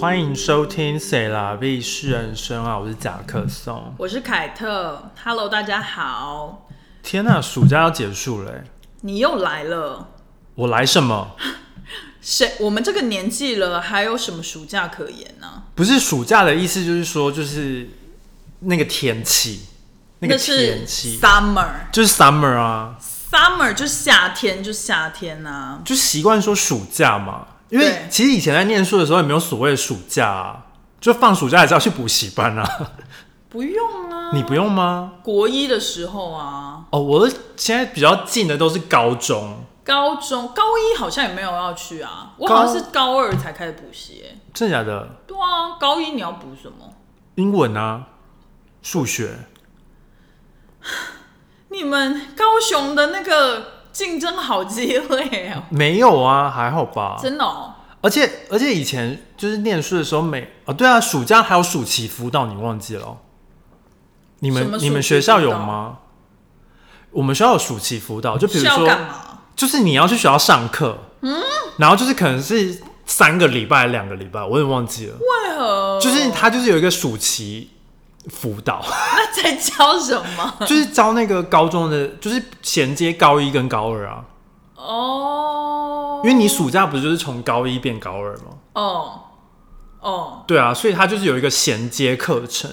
欢迎收听《谁啦 V 是人生》啊，我是甲克松。我是凯特，Hello，大家好，天呐、暑假要结束了欸，你又来了。我来什么？谁？我们这个年纪了，还有什么暑假可言呢、不是暑假的意思，就是说就是那个天气，那个是天气 summer，summer 就是 summer 啊，就夏天，就夏天啊呐、就习惯说暑假嘛，因为对其实以前在念书的时候也没有所谓的暑假啊，就放暑假也是要去补习班啊， 不用啊。你不用吗？国一的时候啊，哦，我的现在比较近的都是高中，高中高一好像也没有要去啊，我好像是高二才开始补习欸、真的假的？对啊，高一你要补什么？英文啊，数学。你们高雄的那个竞争好激烈哦，没有啊，还好吧。真的哦。而且而且以前就是念书的时候每，啊对啊，暑假还有暑期辅导，你忘记了哦？你什们么暑期你们学校有吗？我们学校有暑期辅导，就比是如要说干，嘛？就是你要去学校上课，嗯，然后就是可能是三个礼拜、两个礼拜，我也忘记了，为何？就是他就是有一个暑期辅导， 那在教什么？就是教那个高中的，就是衔接高一跟高二啊，哦，因为你暑假不是就是从高一变高二吗？哦哦对啊，所以它就是有一个衔接课程，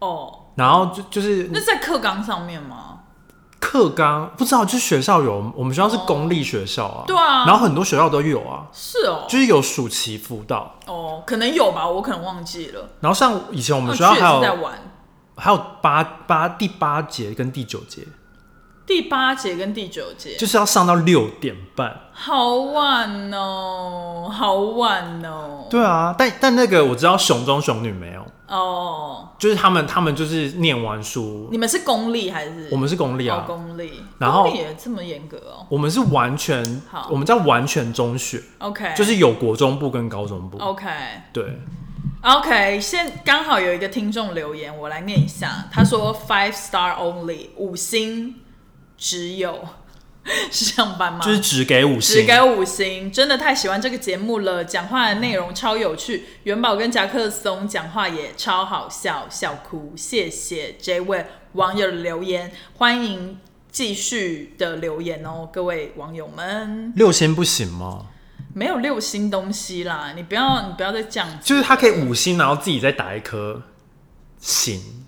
哦，然后就就是那在课纲上面吗？课纲，不知道就是学校有，我们学校是公立学校啊，对啊然后很多学校都有啊，是哦就是有暑期辅导，哦，可能有吧，我可能忘记了。哦然后像以前我我们学校还在有玩还有八八第八节跟第九节，第八节跟第九节，就是要上到六点半，好晚哦，好晚哦。对啊，但但那个我知道熊中熊女没有，哦，就是他们他们就是念完书，你们是公立还是？我们是公立啊，哦公立，然后公立也这么严格哦。我们是完全好，哎我们叫完全中学， OK，就是有国中部跟高中部，哦 OK。对。 OK，现刚好有一个听众留言，我来念一下。他说：“Five star only，五星只有 是上班吗？就是只给五只星，给五星，真的太喜欢这个节目了，讲话的内容超有趣，元宝跟夹克松讲话也超好笑，笑哭。谢谢这位网友的留言，欢迎继续的留言哦，各位网友们。六星不行吗？没有六星东西啦，你不要你不要再这样子。”就是他可以五星，然后自己再打一颗星，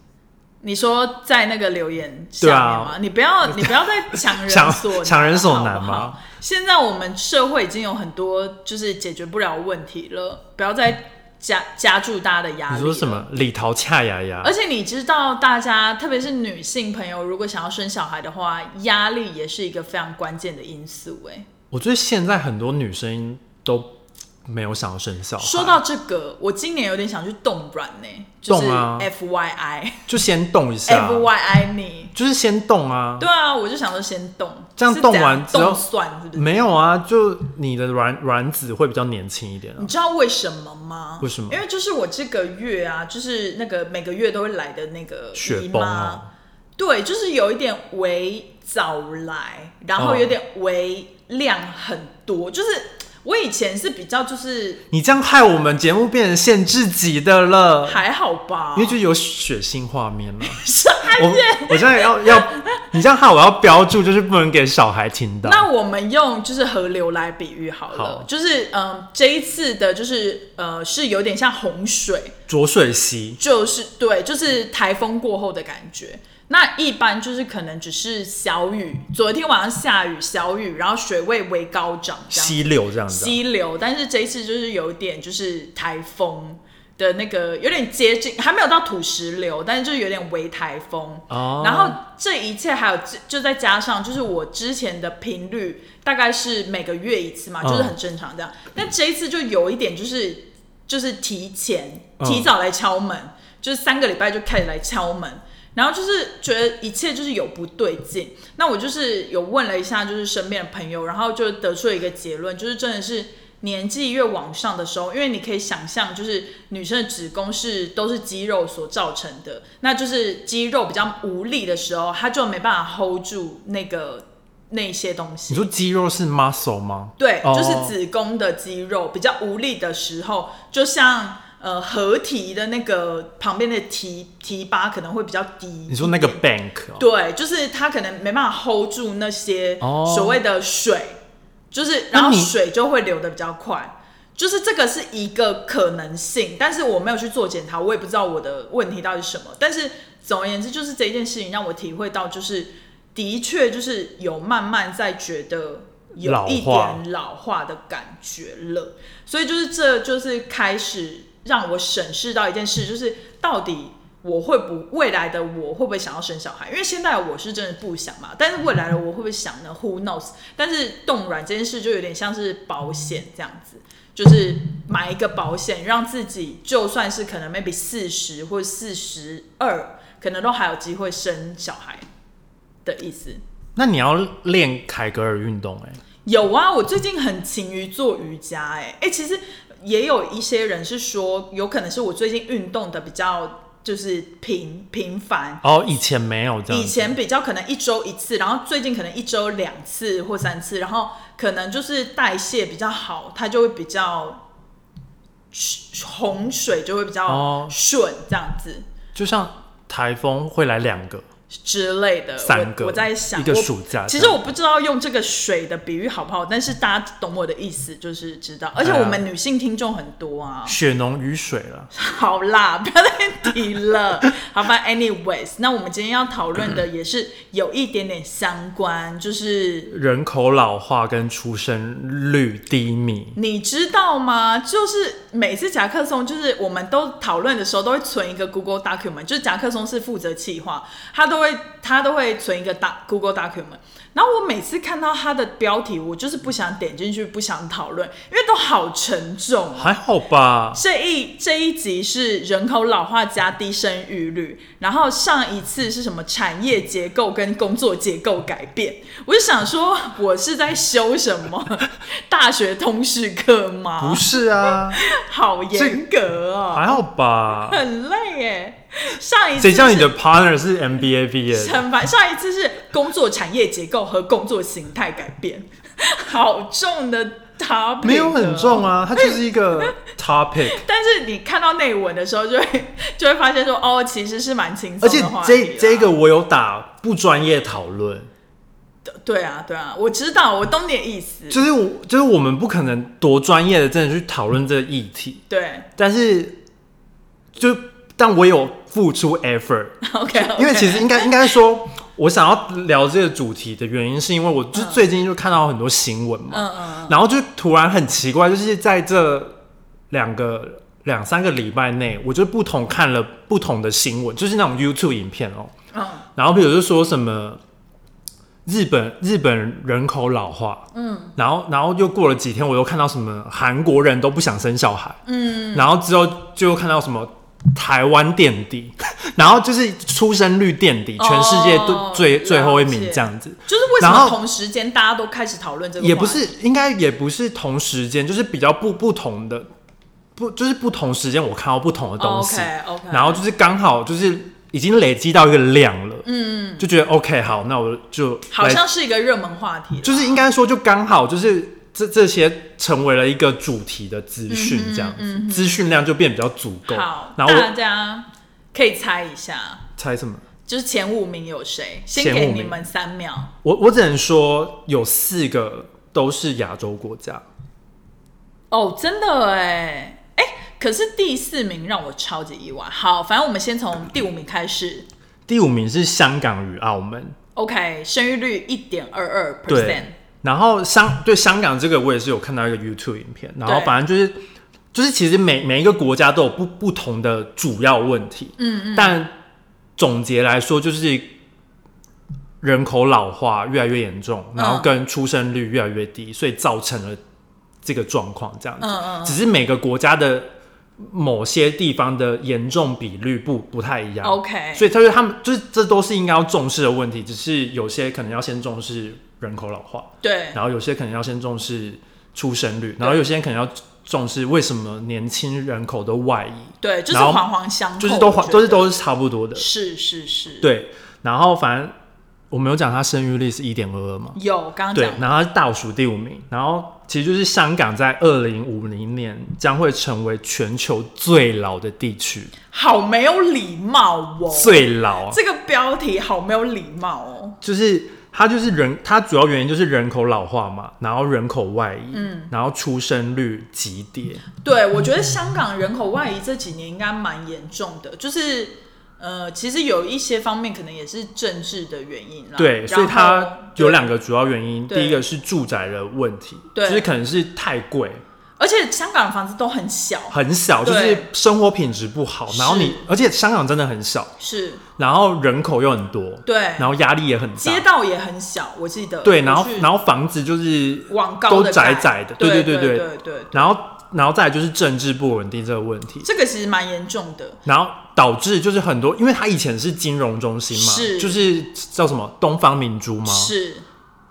你说在那个留言下对面啊吗？你不要， 你不要再强人强所难强人所难好不好吗现在我们社会已经有很多就是解决不了的问题了，不要再加加注大家的压力。你说什？么？李桃恰牙牙而，且你知道，大家特别是女性朋友，如果想要生小孩的话，压力也是一个非常关键的因素、哎，我觉得现在很多女生都没有想要生小孩，说到这个，我今年有点想去冻卵呢、就是冻啊 F Y I 就先动一下， F Y I 你。就是先动啊，对啊，我就想说先冻，这样是冻完之后冻蒜是不是？没有啊，就你的卵卵子会比较年轻一点啊你，知道为什么吗？为什么因为就是我这个月啊，就是那个每个月都会来的那个雪姨崩妈，哦，对，就是有一点微早来，然后哦有点微量很多，就是我以前是比较就是你这样害我们节目变成限制级的了，还好吧，呃因为就有血腥画面了。是还我我现在要要，你这样害我要标注，就是不能给小孩听到。 那我们用就是河流来比喻好了，好就是嗯、呃这一次的就是呃，是有点像洪水，浊水溪就是对，就是台风过后的感觉。那一般就是可能只是小雨，昨天晚上下雨，小雨，然后水位为高涨，这样溪流这样子啊、溪流。但是这一次就是有点就是台风的那个，有点接近，还没有到土石流，但是就是有点微台风。哦然后这一切还有就就再加上，就是我之前的频率大概是每个月一次嘛，嗯就是很正常这样。但这一次就有一点就是就是提前嗯提早来敲门，就是三个礼拜就开始来敲门。然后就是觉得一切就是有不对劲，那我就是有问了一下，就是身边的朋友，然后就得出了一个结论，就是真的是年纪越往上的时候，因为你可以想象，就是女生的子宫是都是肌肉所造成的，那就是肌肉比较无力的时候，它就没办法 hold 住那个那些东你西。说肌肉是 muscle 吗？对，哦就是子宫的肌肉比较无力的时候，就像呃合体的那个旁边的提提巴可能会比较低。你说那个 bank 哦，对，就是它可能没办法 hold 住那些哦所谓的水，就是那然后你水就会流的比较快。就是这个是一个可能性，但是我没有去做检查，我也不知道我的问题到底是什么。但是总而言之，就是这一件事情让我体会到，就是的确就是有慢慢在觉得有老一化点老化的感觉了。所以就是这就是开始让我审视到一件事，就是到底我会不未来的我会不会想要生小孩？因为现在的我是真的不想嘛，但是未来的我会不会想呢？Who 嗯 knows？但是冻卵这件事就有点像是保险这样子。就是买一个保险，让自己就算是可能 maybe 四十或四十二，可能都还有机会生小孩的意思。那你要练凯格尔运动哎、有啊，我最近很勤于做瑜伽、欸，哎、哎，其实也有一些人是说，有可能是我最近运动的比较就是频频繁，哦，以前没有这样以子，前比较可能一周一次，然后最近可能一周两次或三次，然后可能就是代谢比较好，它就会比较呃洪水就会比哦较顺这样子就像台风会来两个、之类的。三个，我我在想一个我暑假这样。其实我不知道用这个水的比喻好不好，但是大家懂我的意思，就是知道。而且啊我们女性听众很多啊，血浓于水了，好啦，不要再提 了，好吧？Anyways，那我们今天要讨论的也是有一点点相关，就是人口老化跟出生率低迷。你知道吗？就是每次夹克松，就是我们都讨论的时候，都会存一个 Google document，就是夹克松是负责企划，他都会他都会存一个大 Google document。然后我每次看到他的标题，我就是不想点进去，不想讨论，因为都好沉重哦。还好吧，这一这一集是人口老化加低生育率，然后上一次是什么产业结构跟工作结构改变，我就想说，我是在修什么 大学通识课不吗？是 啊，好严格哦，还好吧。很累耶。上一次谁叫你是的 partner 是 MBA 毕业的？惩罚？上一次是工作产业结构和工作形态改变，好重的 topic，没有很哦重啊，它就是一 个 topic。但是你看到内文的时候，就会 就会发现说，哦，其实是蛮轻松而且的话题啦啊这这个我有打不专业讨论，对啊，对啊，我知道，我懂你的意思。就是我就是我们不可能多专业的真的去讨论这个议题，对但是就但我有付出 effort， ，OK，, 因为其实应该应该说，我想要聊这个主题的原因，是因为我就最近就看到很多新闻嘛，嗯嗯然后就突然很奇怪，就是在这两个两三个礼拜内，我就不同看了不同的新闻，就是那种 YouTube 影片哦、嗯然后比如就说什么日本日本人口老化，嗯，然后然后又过了几天，我又看到什么韩国人都不想生小孩，嗯，然后之后就又看到什么。台湾垫底， 然后就是出生率垫底，全世界都哦最、了最后一名解这样子。就是为什然后么同时间大家都开始讨论这个话题？也不是，应该也不是同时间，就是比较不不同的，不就是不同时间我看到不同的东西哦 OK OK，然后就是刚好就是已经累积到一个量了，嗯，就觉得 OK 好，那我就好来像是一个热门话题啦，就是应该说就刚好就是这这些成为了一个主题的资讯这嗯样子，资讯量就变比较足够好，，然后大我家可以猜一下，猜什么？就是前五名有谁？先前给五你名们三秒。我我只能说有四个都是亚洲国家，哦，真的哎，哎，可是第四名让我超级意外。好，反正我们先从第五名开始。第五名是香港与澳门。 OK，生育率一点二二对 percent，，然后香对香港这个，我也是有看到一个 YouTube 影片，然后对反正就是就是其实每每一个国家都有不不同的主要问题，嗯嗯，但总结来说就是人口老化越来越严重，嗯然后跟出生率越来越低，所以造成了这个状况这样子，嗯嗯只是每个国家的。某些地方的严重比率不不太一样 OK 所以他说他们就是这都是应该要重视的问题，只是有些可能要先重视人口老化，对然后有些可能要先重视出生率，然后有些人可能要重视为什么年轻人口都外移，对，就是然后环环相扣，就是都哦我觉得都是都是差不多的，是是是，对。然后反正我们有讲它生育率是一点二二嘛，有刚刚对，讲，然后它是倒数第五名，然后其实就是香港在二零五零年将会成为全球最老的地区，好没有礼貌哦，最老，啊这个标题好没有礼貌哦。就是它就是人，它主要原因就是人口老化嘛，然后人口外移，嗯然后出生率急跌，对，我觉得香港人口外移这几年应该蛮严重的，就是呃，其实有一些方面可能也是政治的原因啦。对，然所以后它有两个主要原因，对第一个是住宅的问题，对就是可能是太贵，而且香港的房子都很小，很小，就对是生活品质不好，然后是你，而且香港真的很小，是然后人口又很多，对，然后压力也很大街，道也很小，我记得。对，然后然后后房子就是网高都的窄盖窄的对对对对对对对，然后然后再来就是政治不稳定这个问题，这个其实蛮严重的。然后导致就是很多，因为它以前是金融中心嘛，是就是叫什么东方明珠吗？是，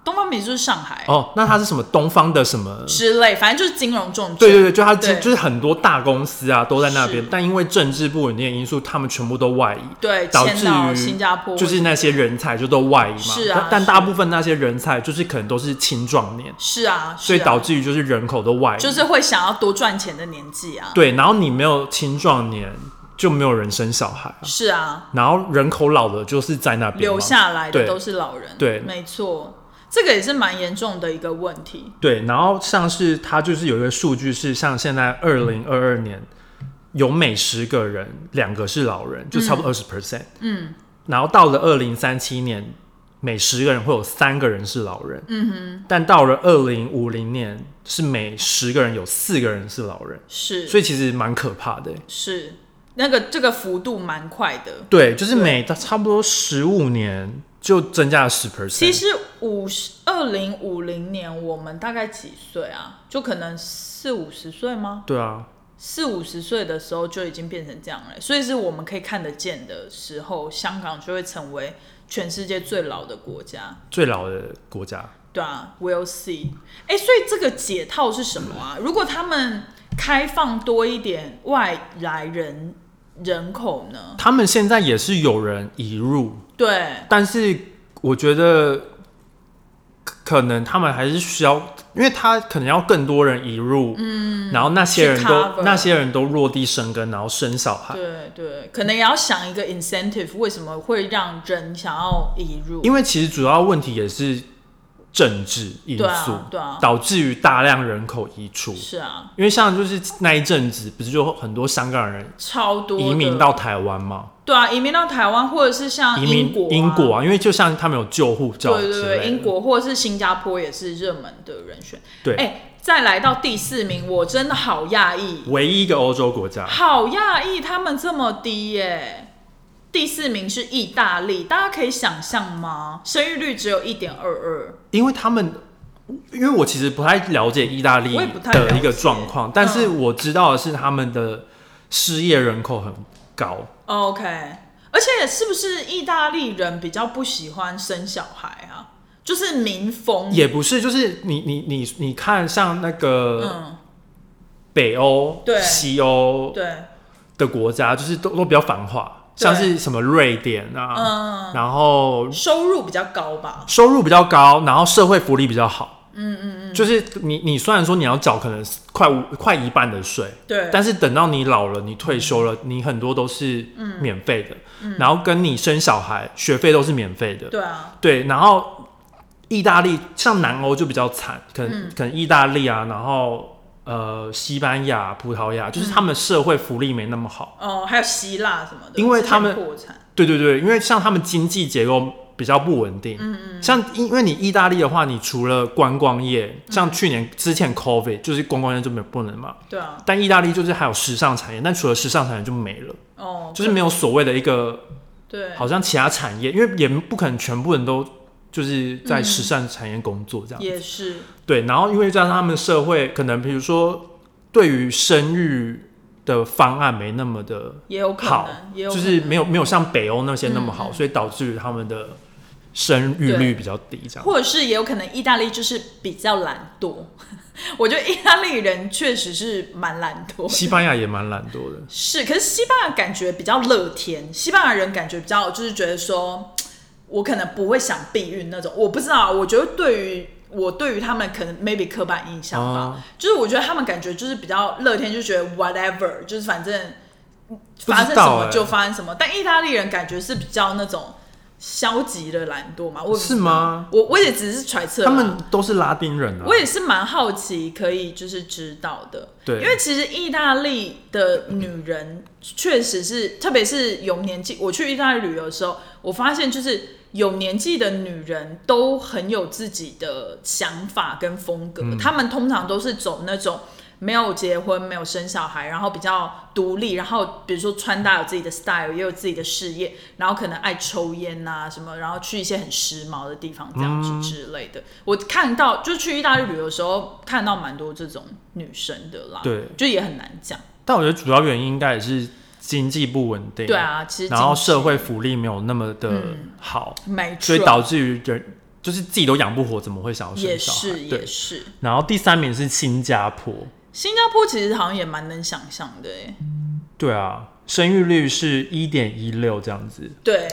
东方明珠是上海、哦，那它是什么东方的什么？之类，反正就是金融重镇。对对对，就它对就是很多大公司啊都在那边是，但因为政治不稳定的因素，他们全部都外移。对，导迁致到于新加坡就是那些人才就都外移嘛，是啊但但是大部分那些人才就是可能都是青壮年，是啊，所以是啊导致于就是人口都外移，就是会想要多赚钱的年纪啊。对，然后你没有青壮年就没有人生小孩啊、是啊，然后人口老了就是在那边留嘛下来的对都是老人。对没错，这个也是蛮严重的一个问题。对，然后像是它就是有一个数据是，像现在二零二二年有每十个人两个是老人，就差不多二十 percent。嗯，然后到了二零三七年，每十个人会有三个人是老人。嗯哼，但到了二零五零年，是每十个人有四个人是老人，是，所以其实蛮可怕的欸。是那个这个幅度蛮快的。对，就是对每差不多十五年就增加了十 percent。其实五十二零五零年，我们大概几岁啊？就可能四五十岁吗？对啊，四五十岁的时候就已经变成这样了，所以是我们可以看得见的时候，香港就会成为全世界最老的国家。最老的国家。对啊，We'll see。哎、所以这个解套是什么啊？如果他们开放多一点外来人人口呢？他们现在也是有人移入，对，但是我觉得可可能他们还是需要，因为他可能要更多人移入，嗯，然后那些人去都 cover 那些人都落地生根，然后生小孩，对对，可能也要想一个 incentive，为什么会让人想要移入？因为其实主要问题也是政治因素，对啊，对啊，导致于大量人口移出。是啊，因为像就是那一阵子，不是就很多香港人超多的移民到台湾吗？对啊，移民到台湾或者是像移民国、英英国啊，因为就像他们有救护照对之对类对，的英国或者是新加坡也是热门的人选。对哎、再来到第四名，我真的好讶异，唯一一个欧洲国家，好讶异，他们这么低耶、第四名是意大利，大家可以想象吗？生育率只有一点二二，因为他们，因为我其实不太了解意大利我也不太了解嗯的一个状况，但是我知道的是他们的失业人口很高， OK，而且是不是意大利人比较不喜欢生小孩啊？就是民风也不是，就是你你你你看，像那个嗯，北欧、对西欧对，的国家，就是都都比较繁华，对像是什么瑞典啊，嗯，然后收入比较高吧？收入比较高，然后社会福利比较好，嗯嗯嗯，就是你你虽然说你要缴可能快五快一半的税，对，但是等到你老了，你退休了，你很多都是免费的，然后跟你生小孩学费都是免费的，对啊，嗯对，然后意大利像南欧就比较惨，可能、可能意大利啊，然后呃西班牙、葡萄牙，就是他们社会福利没那么好，哦，还有希腊什么的，因为他们之前破产，对对对，因为像他们经济结构比较不稳定，嗯嗯，像因为你意大利的话，你除了观光业，像去年之前 COVID 就是观光业就没有不能嘛，对啊，但意大利就是还有时尚产业，但除了时尚产业就没了。哦，就是没有所谓的一个，对，好像其他产业，因为也不可能全部人都就是在时尚产业工作这样。嗯也是，对，然后因为加上他们社会可能，比如说对于生育的方案没那么的也有可好能，，也有就可能嗯是没有没有像北欧那些那么好，所以导致于他们的生育率比较低这样。或者是也有可能意大利就是比较懒惰， 我觉得意大利人确实是蛮懒惰。西班牙也蛮懒惰的，是，可是西班牙感觉比较乐天，西班牙人感觉比较就是觉得说，我可能不会想避孕那种，我不知道啊，我觉得对于我对于他们可能 maybe 刻板印象吧，哦就是我觉得他们感觉就是比较乐天，就觉得 whatever，就是反正不发生知什道么哎就发生什么。但意大利人感觉是比较那种消极的懒惰嘛，我也不知道是吗？我我也只是揣测啦，他们都是拉丁人啊。我也是蛮好奇，可以就是知道的，对因为其实意大利的女人确实是，特别是有年纪，我去意大利旅游的时候，我发现就是有年纪的女人都很有自己的想法跟风格，她们通常都是走那种。没有结婚，没有生小孩，然后比较独立，然后比如说穿搭有自己的 style，也有自己的事业，然后可能爱抽烟呐、什么，然后去一些很时髦的地方这样子之类的。我看到就去意大利旅游的时候，看到蛮多这种女生的啦，对就也很难讲。但我觉得主要原因应该也是经济不稳定。对。啊，其实然后经济社会福利没有那么的嗯好，没所以错导致于人就是自己都养不活，怎么会想要也生小孩？是对也。是，然后第三名是新加坡，新加坡其实好像也蛮能想象的哎，对啊，生育率是一点一六这样子。对，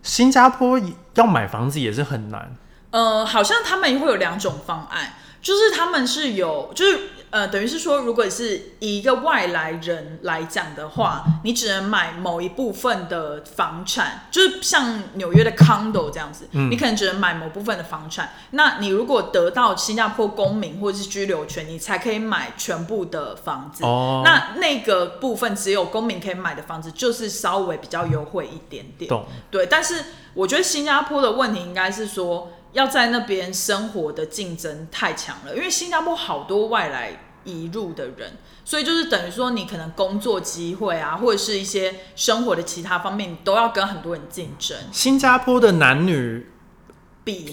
新加坡要买房子也是很难，呃，好像他们会有两种方案，就是他们是有，就是呃，等于是说，如果是以一个外来人来讲的话，你只能买某一部分的房产，就是像纽约的 condo 这样子，嗯你可能只能买某部分的房产。那你如果得到新加坡公民或者是居留权，你才可以买全部的房子。哦那那个部分只有公民可以买的房子，就是稍微比较优惠一点点。懂？对，但是我觉得新加坡的问题应该是说，要在那边生活的竞争太强了，因为新加坡好多外来移入的人，所以就是等于说你可能工作机会啊，或者是一些生活的其他方面，你都要跟很多人竞争，新加坡的男女 比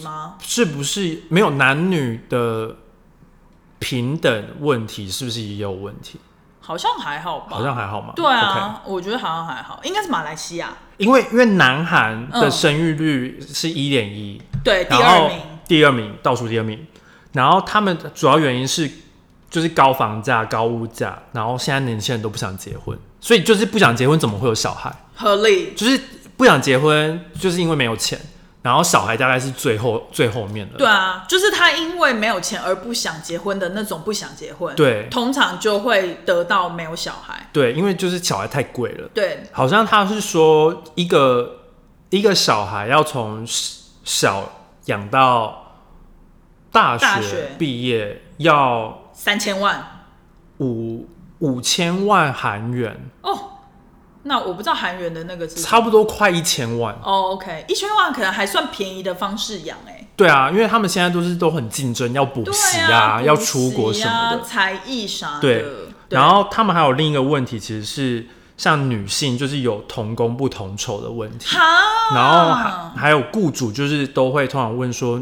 吗？是不是没有男女的平等问题？是不是也有问题？好像还好吧。好像还好嘛。对啊我觉得好像还好，应该是马来西亚 OK，因为因为南韩的嗯生育率是一点一，对第然二后名，第二名倒数第二名，然后他们主要原因是就是高房价、高物价，然后现在年轻人都不想结婚，所以就是不想结婚，怎么会有小孩？合理。就是不想结婚，就是因为没有钱，然后小孩大概是最后最后面的。对啊，就是他因为没有钱而不想结婚的那种不想结婚，对通常就会得到没有小孩。对，因为就是小孩太贵了，对，好像他是说一个一个小孩要从小养到大大学学毕业要三千万五五千万韩元，哦。那我不知道韩元的那个是什么差不多快一千万。哦，OK，一千万可能还算便宜的方式养哎、对啊，因为他们现在都是都很竞争，要补对习啊，要补习出国什么啊的。才艺啥的，对对然后他们还有另一个问题，其实是像女性就是有同工不同酬的问题，哈，然后还还有雇主就是都会通常问说，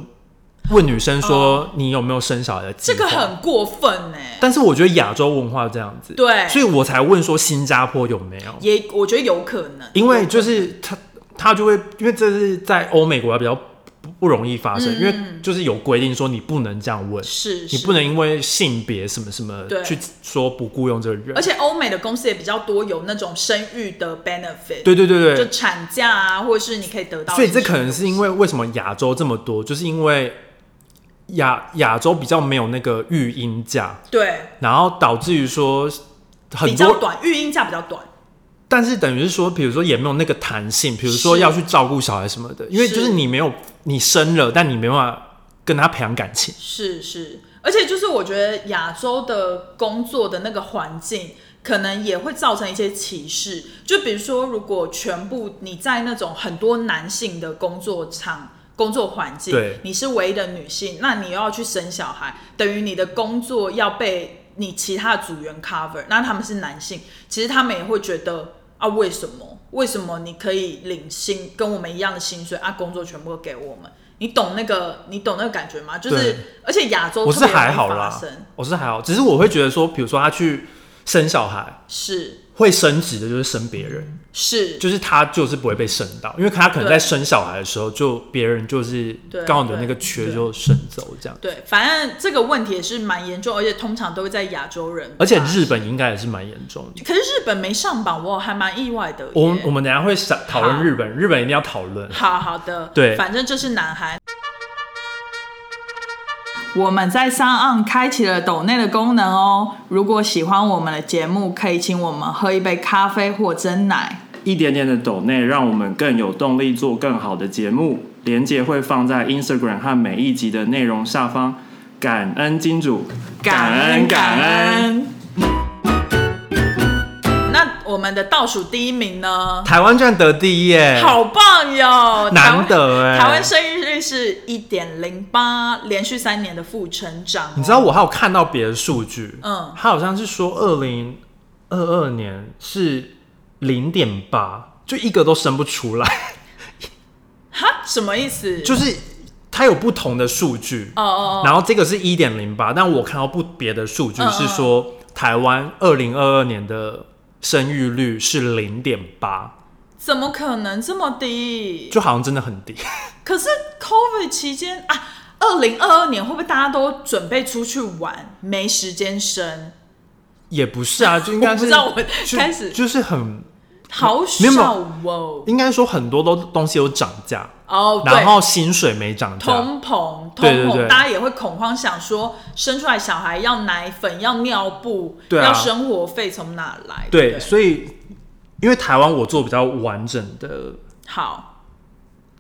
问女生说你有没有生小孩的计哦这划？个很过分哎、但是我觉得亚洲文化这样子，对所以我才问说新加坡有没有，也我觉得有可能，因为就是他他就会因为这是在欧美国家比较不不容易发生，因为就是有规定说你不能这样问。嗯是你是，不能因为性别什么什么对去说不雇佣这个人而，且欧美的公司也比较多有那种生育的 benefit，对对对对就，产假啊，或者是你可以得到，所以这可能是因为为什么亚洲这么多，就是因为亚亚洲比较没有那个育婴假，对然后导致于说比很较多，短，育婴假比较短，但是等于是说，比如说也没有那个弹性，比如说是要去照顾小孩什么的，因为就是是你没有你生了，但你没办法跟他培养感情，是是，而且就是我觉得亚洲的工作的那个环境，可能也会造成一些歧视。就比如说，如果全部你在那种很多男性的工作场、工作环境对，你是唯一的女性，那你又要去生小孩，等于你的工作要被你其他的组员 cover，那他们是男性，其实他们也会觉得啊，为什么？为什么你可以领薪跟我们一样的薪水啊？工作全部都给我们，你懂那个你懂那个感觉吗？就是对而且亚洲我是特别容易还好发啦生，我是还好，只是我会觉得说，比如说他去生小孩，是会升职的就是生别人，嗯是，就是他就是不会被生到，因为他可能对在生小孩的时候，就别人就是对刚好你的那个对缺对就生走这样。对，反正这个问题也是蛮严重，而且通常都会在亚洲人，而且日，本应该也是蛮严重的。可是日本没上榜，我还蛮意外的耶。我们我们等一下会想讨论好日本，日本一定要讨论。好好的，对反正这是男孩。我们在上岸开启了抖内的功能哦。如果喜欢我们的节目，可以请我们喝一杯咖啡或蒸奶。一点点的抖内，让我们更有动力做更好的节目。连接会放在 Instagram 和每一集的内容下方。感恩金主，感恩。。那我们的倒数第一名呢？台湾居然得第一耶，好棒哟！台湾哎难得哎台湾生育率是一点零八，连续三年的负成长哦、你知道我还有看到别的数据，嗯他好像是说二零二二年是零点八，就一个都生不出来，哈什么意思？就是它有不同的数据，哦哦然后这个是一点零八，但我看到不别的数据是嗯说台湾二零二二年的生育率是零点八，哦，怎么可能这么低？就好像真的很低。 可是 COVID 期间啊，二零二二年会不会大家都准备出去玩，没时间生？也不是啊，就应该是 我不知道我就开始就是很，好没有没有少哦。应该说很多都东西有涨价，哦，对然后薪水没涨价，通膨，通膨，对对对大家也会恐慌，想说生出来小孩要奶粉、要尿布、对啊要生活费从哪来？对，不所以因为台湾我做比较完整的好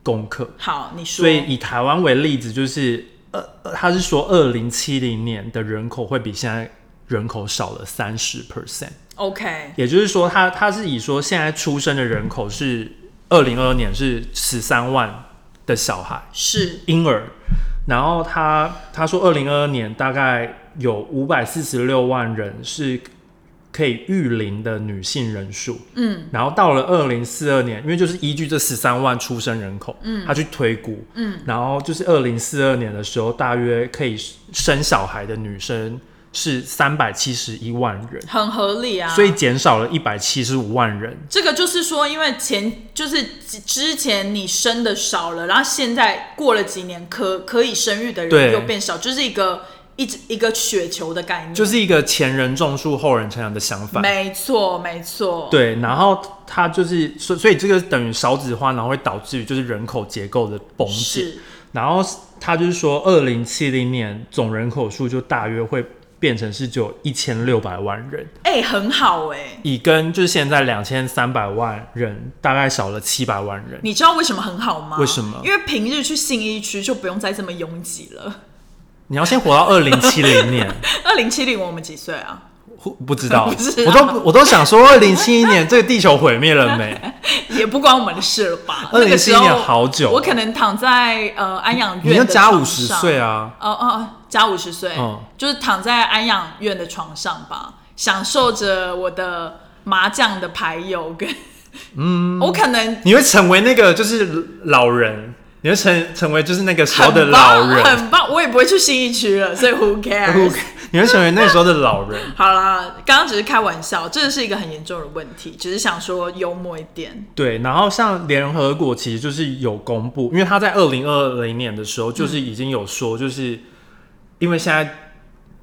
功课，好，你说所，以以台湾为例子，就是呃，呃他是说二零七零年的人口会比现在人口少了三十 percent， OK，也就是说他他是以说现在出生的人口是二零二二年是十三万的小孩。是婴儿，然后他他说，二零二二年大概有五百四十六万人是可以育龄的女性人数，嗯，然后到了二零四二年，因为就是依据这十三万出生人口，嗯，他去推估，嗯，然后就是二零四二年的时候，大约可以生小孩的女生是三百七十一万人，很合理啊。所以减少了一百七十五万人，这个就是说，因为前就是之前你生的少了，然后现在过了几年可可以生育的对人又变少，就是一个一直一个雪球的概念，就是一个前人种树后人乘凉的想法，没错没错，，对，然后它就是所所以这个等于少子化，然后会导致于就是人口结构的崩解。是然后它就是说，二零七零年总人口数就大约会变成是只有一千六百万人，哎、很好哎、以跟就是现在两千三百万人大概少了七百万人。你知道为什么很好吗？为什么因为平日去信义区就不用再这么拥挤了。 你要先活到二零七零年，二零七零我们几岁啊？不不知道，不啊知道我都我都想说，二零七一年这个地球毁灭了 没？也不关我们的事了 吧？ 2071那个时候年好久啊我可能躺在呃安养院，你要加五十岁啊！啊！哦哦哦，加五十岁嗯，就是躺在安养院的床上吧，享受着我的麻将的牌友跟嗯， 我可能你会成为那个就是老人，你会成成为就是那个时候的很老棒，人，很棒，我也不会去信义区了，所以 who cares？你会成为那时候的老 人。好啦，刚刚只是开玩笑，这是一个很严重的问题，只是想说幽默一点。对，然后像联合国其实就是有公布，因为他在二零二零年的时候就是已经有说，就是因为现在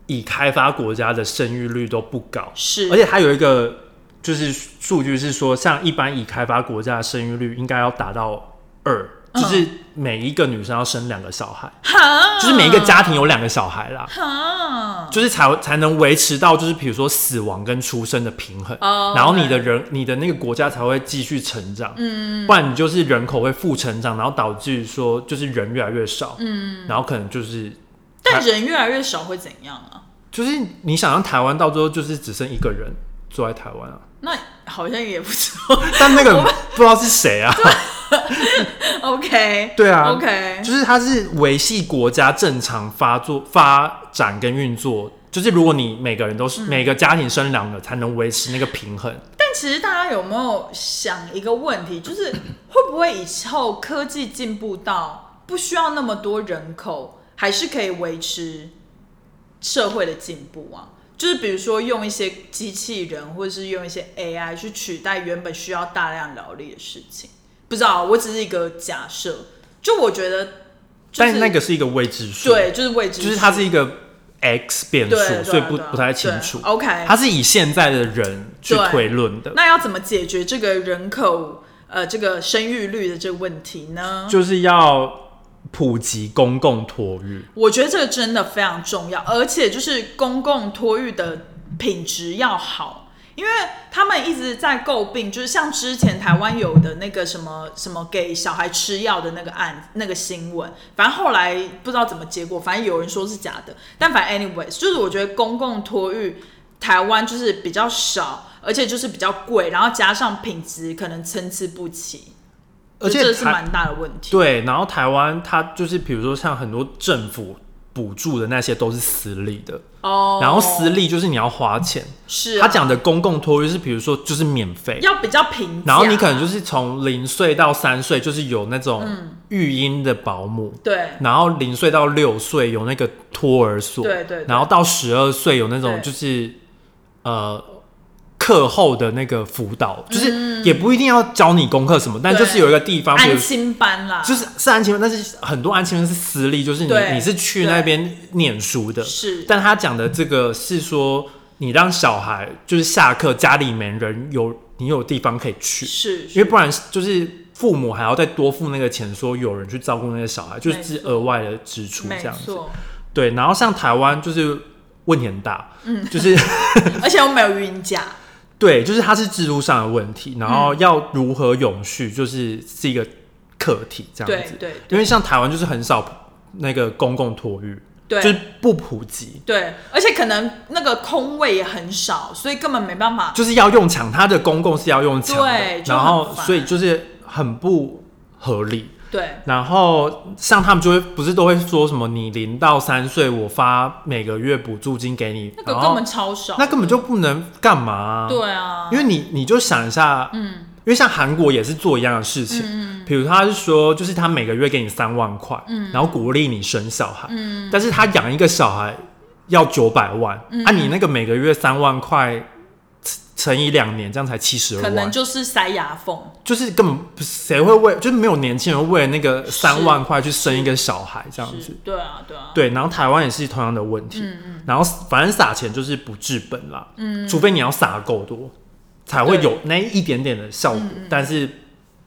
已开发国家的生育率都不高，是，而且它有一个就是数据是说，像一般已开发国家的生育率应该要达到二，就是嗯每一个女生要生两个小 孩，哈，就是每一个家庭有两个小孩啦。哈，就是才才能维持到就是比如说死亡跟出生的平衡哦然后你的人你的那个国家才会继续成长，嗯，不然你就是人口会负成长，然后导致说就是人越来越少，嗯，然后可能就是但人越来越少会怎样啊？就是你想让台湾到最后就是只剩一个人坐在台湾啊，那好像也不错。但那个 人不知道是谁啊， OK，对啊，OK，就是它是维系国家正常发作发展跟运作。就是如果你每个人都是、每个家庭生两个，才能维持那个平衡。但其实大家有没有想一个问题，就是会不会以后科技进步到不需要那么多人口，还是可以维持社会的进步啊？就是比如说用一些机器人或者是用一些 AI 去取代原本需要大量劳力的事情，不知道，我只是一个假设。就我觉得、就是，但那个是一个未知数，对，就是未知数，就是它是一个 x 变数，对对啊所以不对啊不太清楚对。OK，它是以现在的人去对推论的，那要怎么解决这个人口呃这个生育率的这个问题呢？就是要普及公共托育。我觉得这个真的非常重要，而且就是公共托育的品质要好，因为他们一直在诟病，就是像之前台湾有的那个什么什么给小孩吃药的那个案那个新闻，反正后来不知道怎么结果，反正有人说是假的，但反正 anyways，就是我觉得公共托育台湾就是比较少，而且就是比较贵，然后加上品质可能参差不齐，而且就这是台蛮大的问题。对，然后台湾它就是比如说像很多政府补助的那些都是私立的，哦，然后私立就是你要花钱。是、啊他讲的公共托育是比如说就是免费，要比较平价，然后你可能就是从零岁到三岁就是有那种嗯育婴的保姆。对。然后零岁到六岁有那个托儿所，对对对然后到十二岁有那种对就是呃课后的那个辅导，就是也不一定要教你功课什么，但嗯对就是有一个地方，比如安心班啦，就是是安亲班，但是很多安亲班是私立，就是你对你是去那边念书的，是但他讲的这个是说，你让小孩就是下课家里没人，有你有地方可以去，是因为是不然就是父母还要再多付那个钱，说有人去照顾那个小孩，就是没是错额外的支出没这样子。错，对，然后像台湾就是问题很大，嗯，就是 而且又没有孕假，对，就是它是制度上的问题，然后要如何永续，就是是一个课题这样嗯对子。对因为像台湾就是很少那个公共托育，就是对不普及，对，而且可能那个空位也很少，所以根本没办法，就是要用抢，它的公共是要用抢的对，就然后很烦所以就是很不合理。对然后像他们就会不是都会说什么你零到三岁我发每个月补助金给你，那个然根后本超少，那根本就不能干嘛、啊，对啊，哦因为你你就想一下，嗯，因为像韩国也是做一样的事情，嗯，比如他是说，就是他每个月给你三万块，嗯，然后鼓励你生小孩，嗯，但是他养一个小孩要九百万，嗯啊，你那个每个月三万块乘乘以两年，这样才七十可二能万，就是塞牙缝，就是根本不谁会为，就是没有年轻人为了那个三万块去生一个小孩这样是嗯子。对啊对啊，对，然后台湾也是同样的问题，然后反正撒钱就是不治本啦，嗯，除非你要撒够多，才会对有那一点点的效果，嗯但是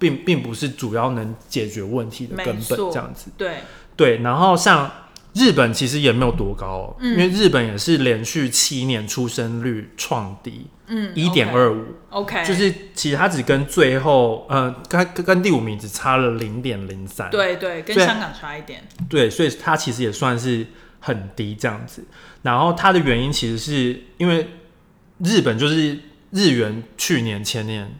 并并不是主要能解决问题的没根本错这样子。对对，然后像日本其实也没有多高、哦，嗯因为日本也是连续七年出生率创低，嗯一点二五， ，OK，就是其实它只跟最后呃跟跟第五名只差了零点零三，对对，跟对香港差一点，对，所以它其实也算是很低这样子。然后它的原因其实是因为日本就是日元去年、前年、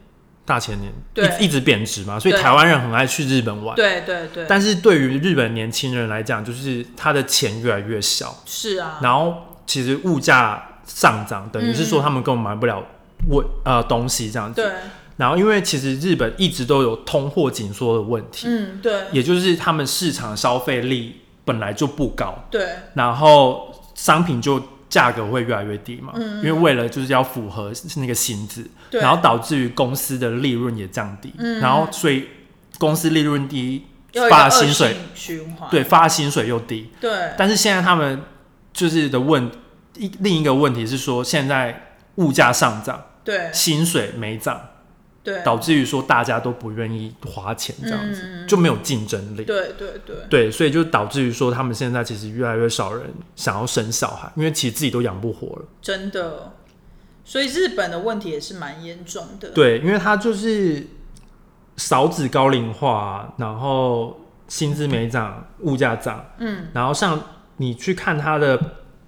大前年对一一直贬值嘛，所以对台湾人很爱去日本玩。对对对，但是对于日本年轻人来讲，就是他的钱越来越少，是啊，然后其实物价上涨，等于是嗯说他们根本买不了我呃东西这样子。对，然后因为其实日本一直都有通货紧缩的问题，嗯对也就是他们市场消费力本来就不高，对然后商品就价格会越来越低嘛，因为为了就是要符合那个薪资，嗯对嗯然后导致于公司的利润也降低，然后所以公司利润低又有，一个发恶薪水性循环，对发薪水又低，对但是现在他们就是的问一另一个问题是说现在物价上涨，对薪水没涨，对导致于说大家都不愿意花钱这样子，就没有竞争力。嗯对对对。对，所以就导致于说，他们现在其实越来越少人想要生小孩，因为其实自己都养不活了。真的，所以日本的问题也是蛮严重的。对，因为他就是少子高龄化，然后薪资没涨，物价涨，嗯，然后像你去看他的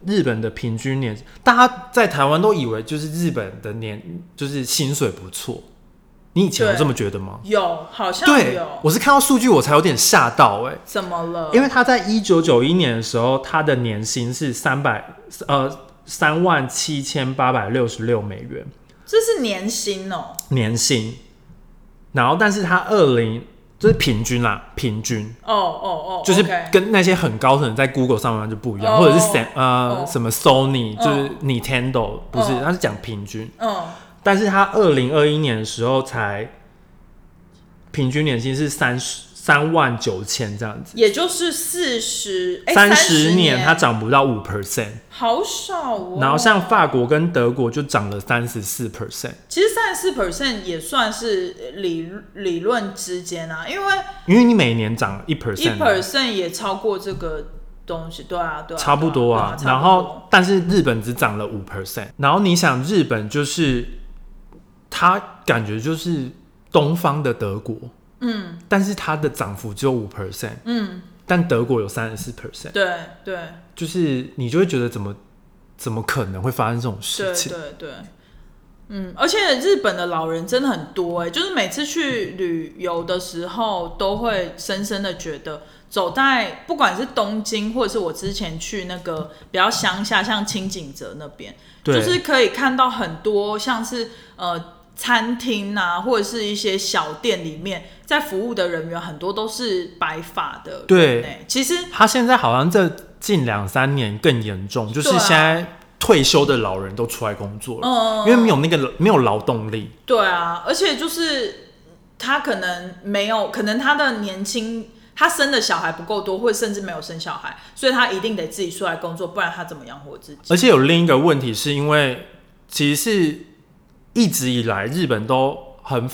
日本的平均年，大家在台湾都以为就是日本的年就是薪水不错，你以前有对这么觉得吗？有好像对有，我是看到数据我才有点吓到哎、怎么了？因为为他在一九九一年的时候，他的年薪是三百呃三万七千八百六十六美元这是年薪哦、年薪，然后但是他二零这是平均啦，平均哦哦哦，就是 OK 跟那些很高层在 Google 上面就不一样，哦或者是 Sam 哦嗯呃什么 Sony 就是 Nintendo 不是哦，它是讲平均，嗯，但是它二零二一年的时候才平均年薪是三十三万九千这样子，也就是四十哎三十十年它它涨不到五 percent，好少哦。然后像法国跟德国就涨了三十四 percent，其实三十四 percent 也算是理理论之间啊，因为因为你每年涨一一 percent。啊 percent 也超过这个东西，对啊，对啊，差不多啊啊，，对啊然后但是日本只涨了五 percent，然后你想日本就是它感觉就是东方的德国，嗯，但是它的涨幅只有五 percent，嗯，但德国有三十四 percent，差不多对对就是你就会觉得怎么怎么可能会发生这种事对情？对对，嗯，而且日本的老人真的很多哎、就是每次去旅游的时候，都会深深的觉得走在不管是东京，或者是我之前去那个比较乡下，像清景泽那边，对就是可以看到很多像是呃。餐厅啊，或者是一些小店里面，在服务的人员很多都是白发的人对欸其实他现在好像这近两三年更严重，就是对啊嗯现在退休的老人都出来工作了，因为没有那个没有劳动力。对啊，而且就是他可能没有，可能他的年轻，他生的小孩不够多，或者甚至没有生小孩，所以他一定得自己出来工作，不然他怎么养活自己？而且有另一个问题，是因为其实是一直以来日本都很，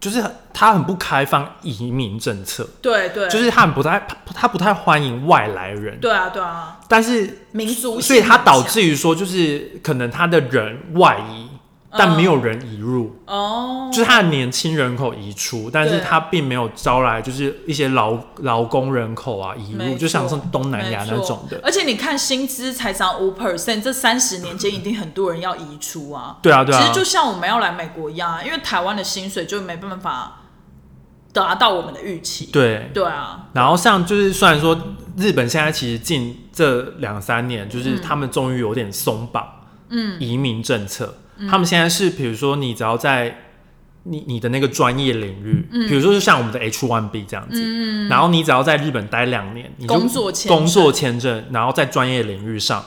就是很他很不开放移民政策，对对，就是他很不太他不太欢迎外来人，对啊对啊，但是民族性所以它很导强致于说，就是可能他的人外移，但没有人移入，嗯哦，就是他的年轻人口移出，但是对他并没有招来就是一些劳劳工人口啊移没入，就像错是东南亚那没错种的。而且你看薪资才涨五 percent，这三十年间一定很多人要移出啊。对啊，对其啊实，就像我们要来美国一样啊，因为台湾的薪水就没办法达到我们的预期。对。对啊，然后像就是虽然说日本现在其实近这两三年，就是嗯他们终于有点松绑，嗯，移民政策，嗯他们现在是比如说你只要在你你的那个专业领域，嗯比如说就像我们的 H1B 这样子，然后你只要在日本待两年，你就工作签证工作签证，然后在专业领域上。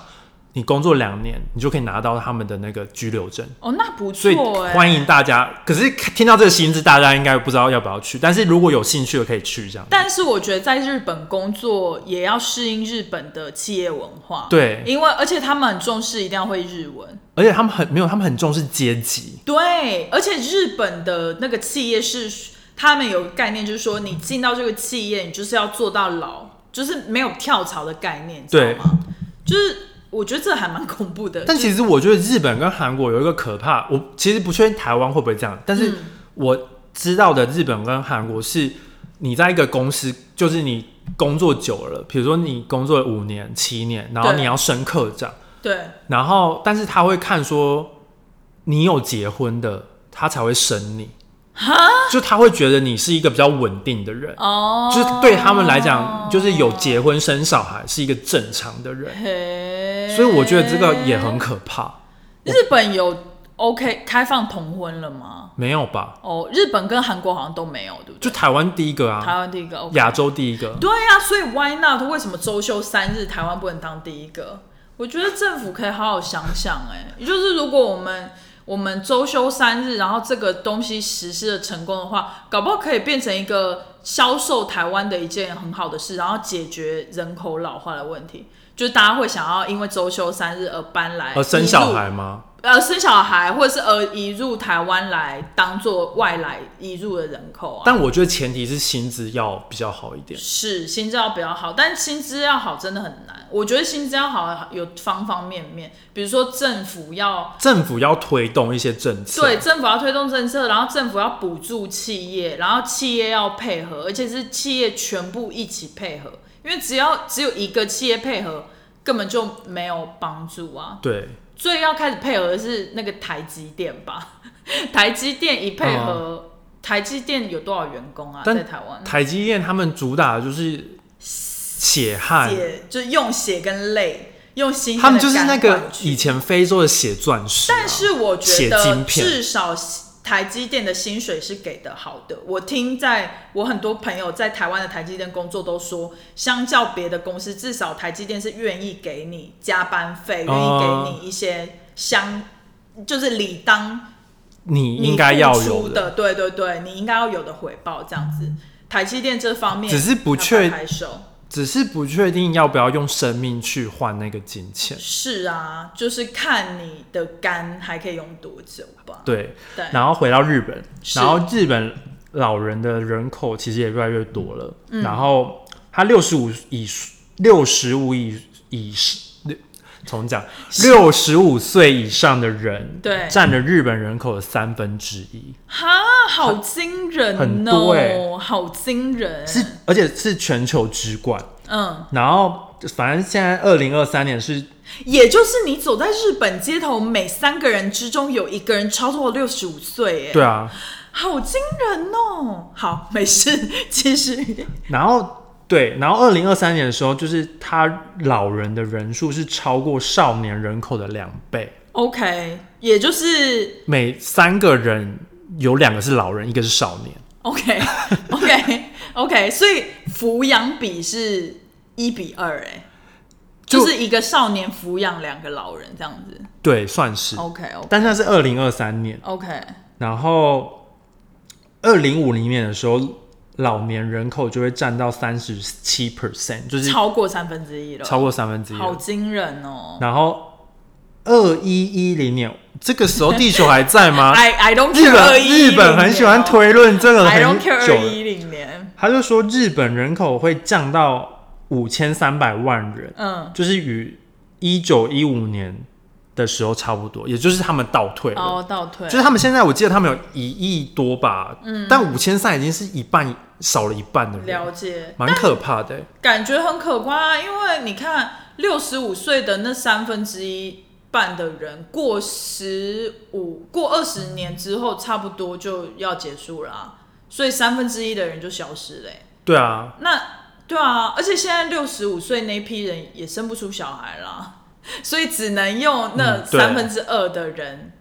你工作两年，你就可以拿到他们的那个居留证，哦，那不所以错哎、欢迎大家。可是听到这个薪资，大家应该不知道要不要去，但是如果有兴趣的可以去这样子。但是我觉得在日本工作也要适应日本的企业文化，，对，因为而且他们很重视一定要会日文，而且他们很没有，他们很重视阶级。对，而且日本的那个企业是他们有个概念，就是说你进到这个企业，你就是要做到老，就是没有跳槽的概念，你知对道吗？就是我觉得这还蛮恐怖的，但其实我觉得日本跟韩国有一个可怕，我其实不确定台湾会不会这样，但是我知道的日本跟韩国是，你在一个公司，就是你工作久了，比如说你工作了五年、七年，然后对你要升科长，对然后但是他会看说你有结婚的，他才会升你，就他会觉得你是一个比较稳定的人。哦，就是对他们来讲，就是有结婚生小孩是一个正常的人，嘿，所以我觉得这个也很可怕。日本有 OK 开放同婚了吗？没有吧？哦，日本跟韩国好像都没有，对不对？就台湾第一个台啊，湾第一个，OK，亚洲第一个。对呀、所以 Why not？为什么周休三日台湾不能当第一个？我觉得政府可以好好想想、哎，也就是如果我们我们周休三日，然后这个东西实施的成功的话，搞不好可以变成一个销售台湾的一件很好的事，然后解决人口老化的问题。就是大家会想要因为周休三日而搬来，呃，生小孩吗？呃，生小孩，或者是呃移入台湾来当做外来移入的人口啊。但我觉得前提是薪资要比较好一点。是薪资要比较好，但薪资要好真的很难。我觉得薪资要好有方方面面，比如说政府要政府要推动一些政策，对政府要推动政策，然后政府要补助企业，然后企业要配合，而且是企业全部一起配合，因为只要只有一个企业配合，根本就没有帮助啊。对最要开始配合的是那个台积电吧？ 台积电一配合，台积电有多少员工啊？嗯但在台湾，台积电他们主打的就是血汗，血就是用血跟泪，用心，他们就是那个以前非洲的血钻石啊、但是我觉血晶得片至少台积电的薪水是给的好的。我听在我很多朋友在台湾的台积电工作都说，相较别的公司，至少台积电是愿意给你加班费，愿哦意给你一些相，就是理当你你应该要付有出的，对对对，你应该要有的回报这样子。台积电这方面只是不确要拍拍手只是不确定要不要用生命去换那个金钱。是啊，就是看你的肝还可以用多久吧。对，对，然后回到日本，是然后日本老人的人口其实也越来越多了。嗯然后他六十五以六十五以以从讲六十五岁以上的人，对占了日本人口的三分之一，哈，好惊人哦，很多欸好惊人，是而且是全球之冠。嗯，然后反正现在二零二三年是也就是你走在日本街头，每三个人之中有一个人超过六十五岁，哎，对啊，好惊人哦。好，没事，继续。然后对，然后二零二三年的时候，就是他老人的人数是超过少年人口的两倍， OK，也就是每三个人有两个是老人，一个是少年。 OK OK OK，所以抚养比是一比二，哎，就就是一个少年抚养两个老人这样子。对，算是。 OK OK 但是那是二零二三年， OK，然后二零五零年的时候，老年人口就会占到三十七 percent，就是超过三分之一了，超过三分之一了。好惊人哦。然后二一一零年，这个时候地球还在吗？ I I don't care 啊日本210日本很喜欢推论这个年哦很 I don't care 久二了，一零年，他就说日本人口会降到五千三百万人，嗯，就是与一九一五年的时候差不多，也就是他们倒退了。哦，倒退，就是他们现在，我记得他们有一亿多吧，嗯，但五千三已经是一半少了一半的人，了解，蛮可怕的欸、感觉很可观啊。因为你看，六十五岁的那三分之一半的人，过十五、过二十年之后，差不多就要结束了啊、所以三分之一的人就消失了欸、对啊，那对啊，而且现在六十五岁那批人也生不出小孩啦， 所以只能用那嗯对三分之二的人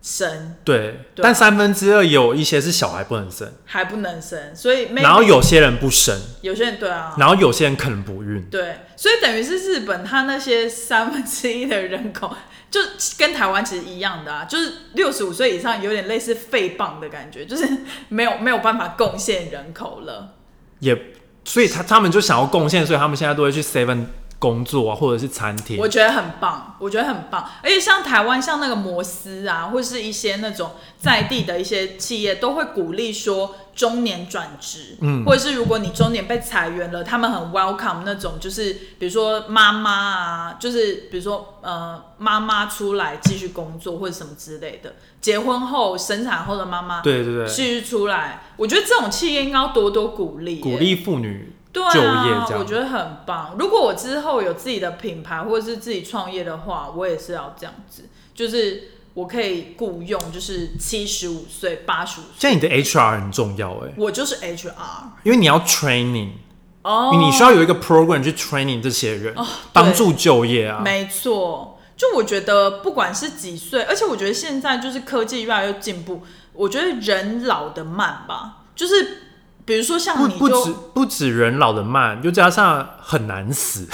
生，对，对啊但三分之二有一些是小孩不能生，还不能生，所以 maybe 然后有些人不生，有些人对啊，然后有些人可能不孕，对，所以等于是日本它那些三分之一的人口，就跟台湾其实一样的啊，就是六十五岁以上有点类似废棒的感觉，就是没有没有办法贡献人口了。也，所以他他们就想要贡献，所以他们现在都会去 Seven 工作啊，或者是餐厅我。觉得很棒，我觉得很棒。而且像台湾像那个摩斯啊，或是一些那种在地的一些企业，都会鼓励说中年转职，嗯，或者是如果你中年被裁员了，他们很 welcome 那种，就是比如说妈妈啊，就是比如说呃妈妈出来继续工作或者什么之类的，结婚后生产后的妈妈对对对，继续出来，我觉得这种企业应该要多多鼓励耶，鼓励妇女对啊，就业这样我觉得很棒。如果我之后有自己的品牌或者是自己创业的话，我也是要这样子，就是我可以雇佣，就是七十五岁、八十五岁，现在你的 HR 很重要哎、我就是 HR 因为你要 training，、哦，你需要有一个 program 去 training 这些人，帮助就业啊。没错，就我觉得不管是几岁，而且我觉得现在就是科技越来越进步，我觉得人老的慢吧，就是比如说像不你不就止不止人老的慢，又加上很难死，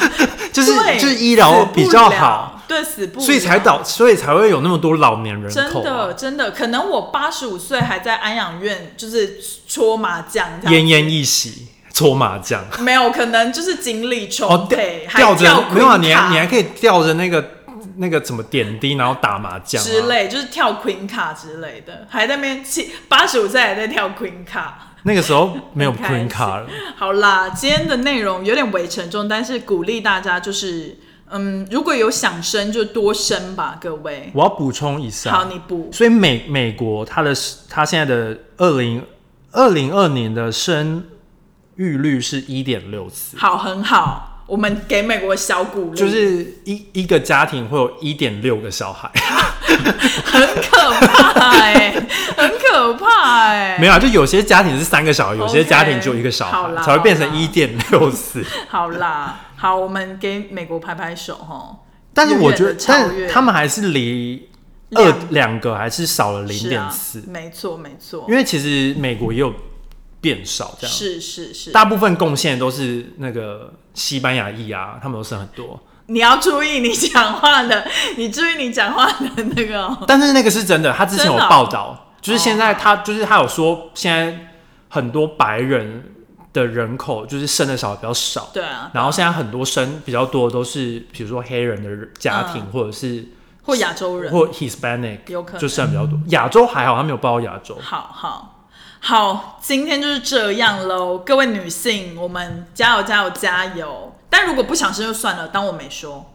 就是对就是医疗比较好，，死不了对，死不了，所以才导所以才会有那么多老年人真口、啊的，真的，可能我八十五岁还在安养院，就是搓麻将这奄样。奄一息，搓麻将。没有，可能就是精力充哦，吊沛，还吊着没有啊？ Queen 你还卡你还可以吊着那个那个怎么点滴，然后打麻将、啊、之类，就是跳 Queen 卡之类的，还在那边七八十五岁还在跳 Queen 卡。那个时候没 有很开 Queen 心卡了，好啦，今天的内容有点微沉重，但是鼓励大家就是，嗯，如果有想生就多生吧，各位。我要补充一下。好，你补所以美美国它的它现在的二零二零二年的生育率是一点六四，好，很好，我们给美国小鼓励，就是一一个家庭会有一点六个小孩，很可怕 哎、很可怕哎、没有啊，就有些家庭是三个小孩，有些 OK，家庭只有一个小好孩，啦才会变成好啦一点六 四。好啦，好，我们给美国拍拍手哈。但是我觉得远远地，超但越是他们还是离二两个还是少了零是点啊四，，没错没错因，为其实美国也有变少这样，是是是，大部分贡献都是那个西班牙裔啊，他们都剩很多，你要注意你讲话的， 你注意你讲话的那个哦、但是那个是真的，他之前有真的哦哦报道，就是现在他就是他有说，现在很多白人的人口就是生的少比较少，对啊，然后现在很多生比较多的都是比如说黑人的家庭、或者是或亚洲嗯人，或 Hispanic 有可能就生比较多，亚洲还好，他没有报到亚洲。好好好，今天就是这样喽，各位女性，我们加油加油加油！但如果不想生就算了，当我没说。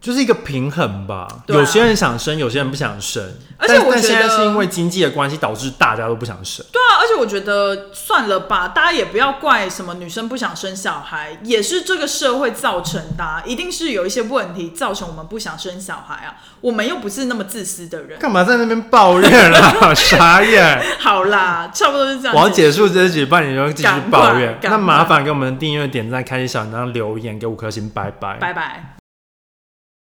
就是一个平衡吧，对啊有些人想生，有些人不想生。而且但我但觉现在得是因为经济的关系，导致大家都不想生。对啊，而且我觉得算了吧，大家也不要怪什么女生不想生小孩，也是这个社会造成的、啊，一定是有一些问题造成我们不想生小孩啊。我们又不是那么自私的人。干嘛在那边抱怨啊？ 傻眼！好啦，差不多是这样。我要结束这一集，不然你就继续抱怨赶。快赶快那麻烦给我们订阅、点赞、开启小铃铛、留言，给五颗星，拜拜。拜拜。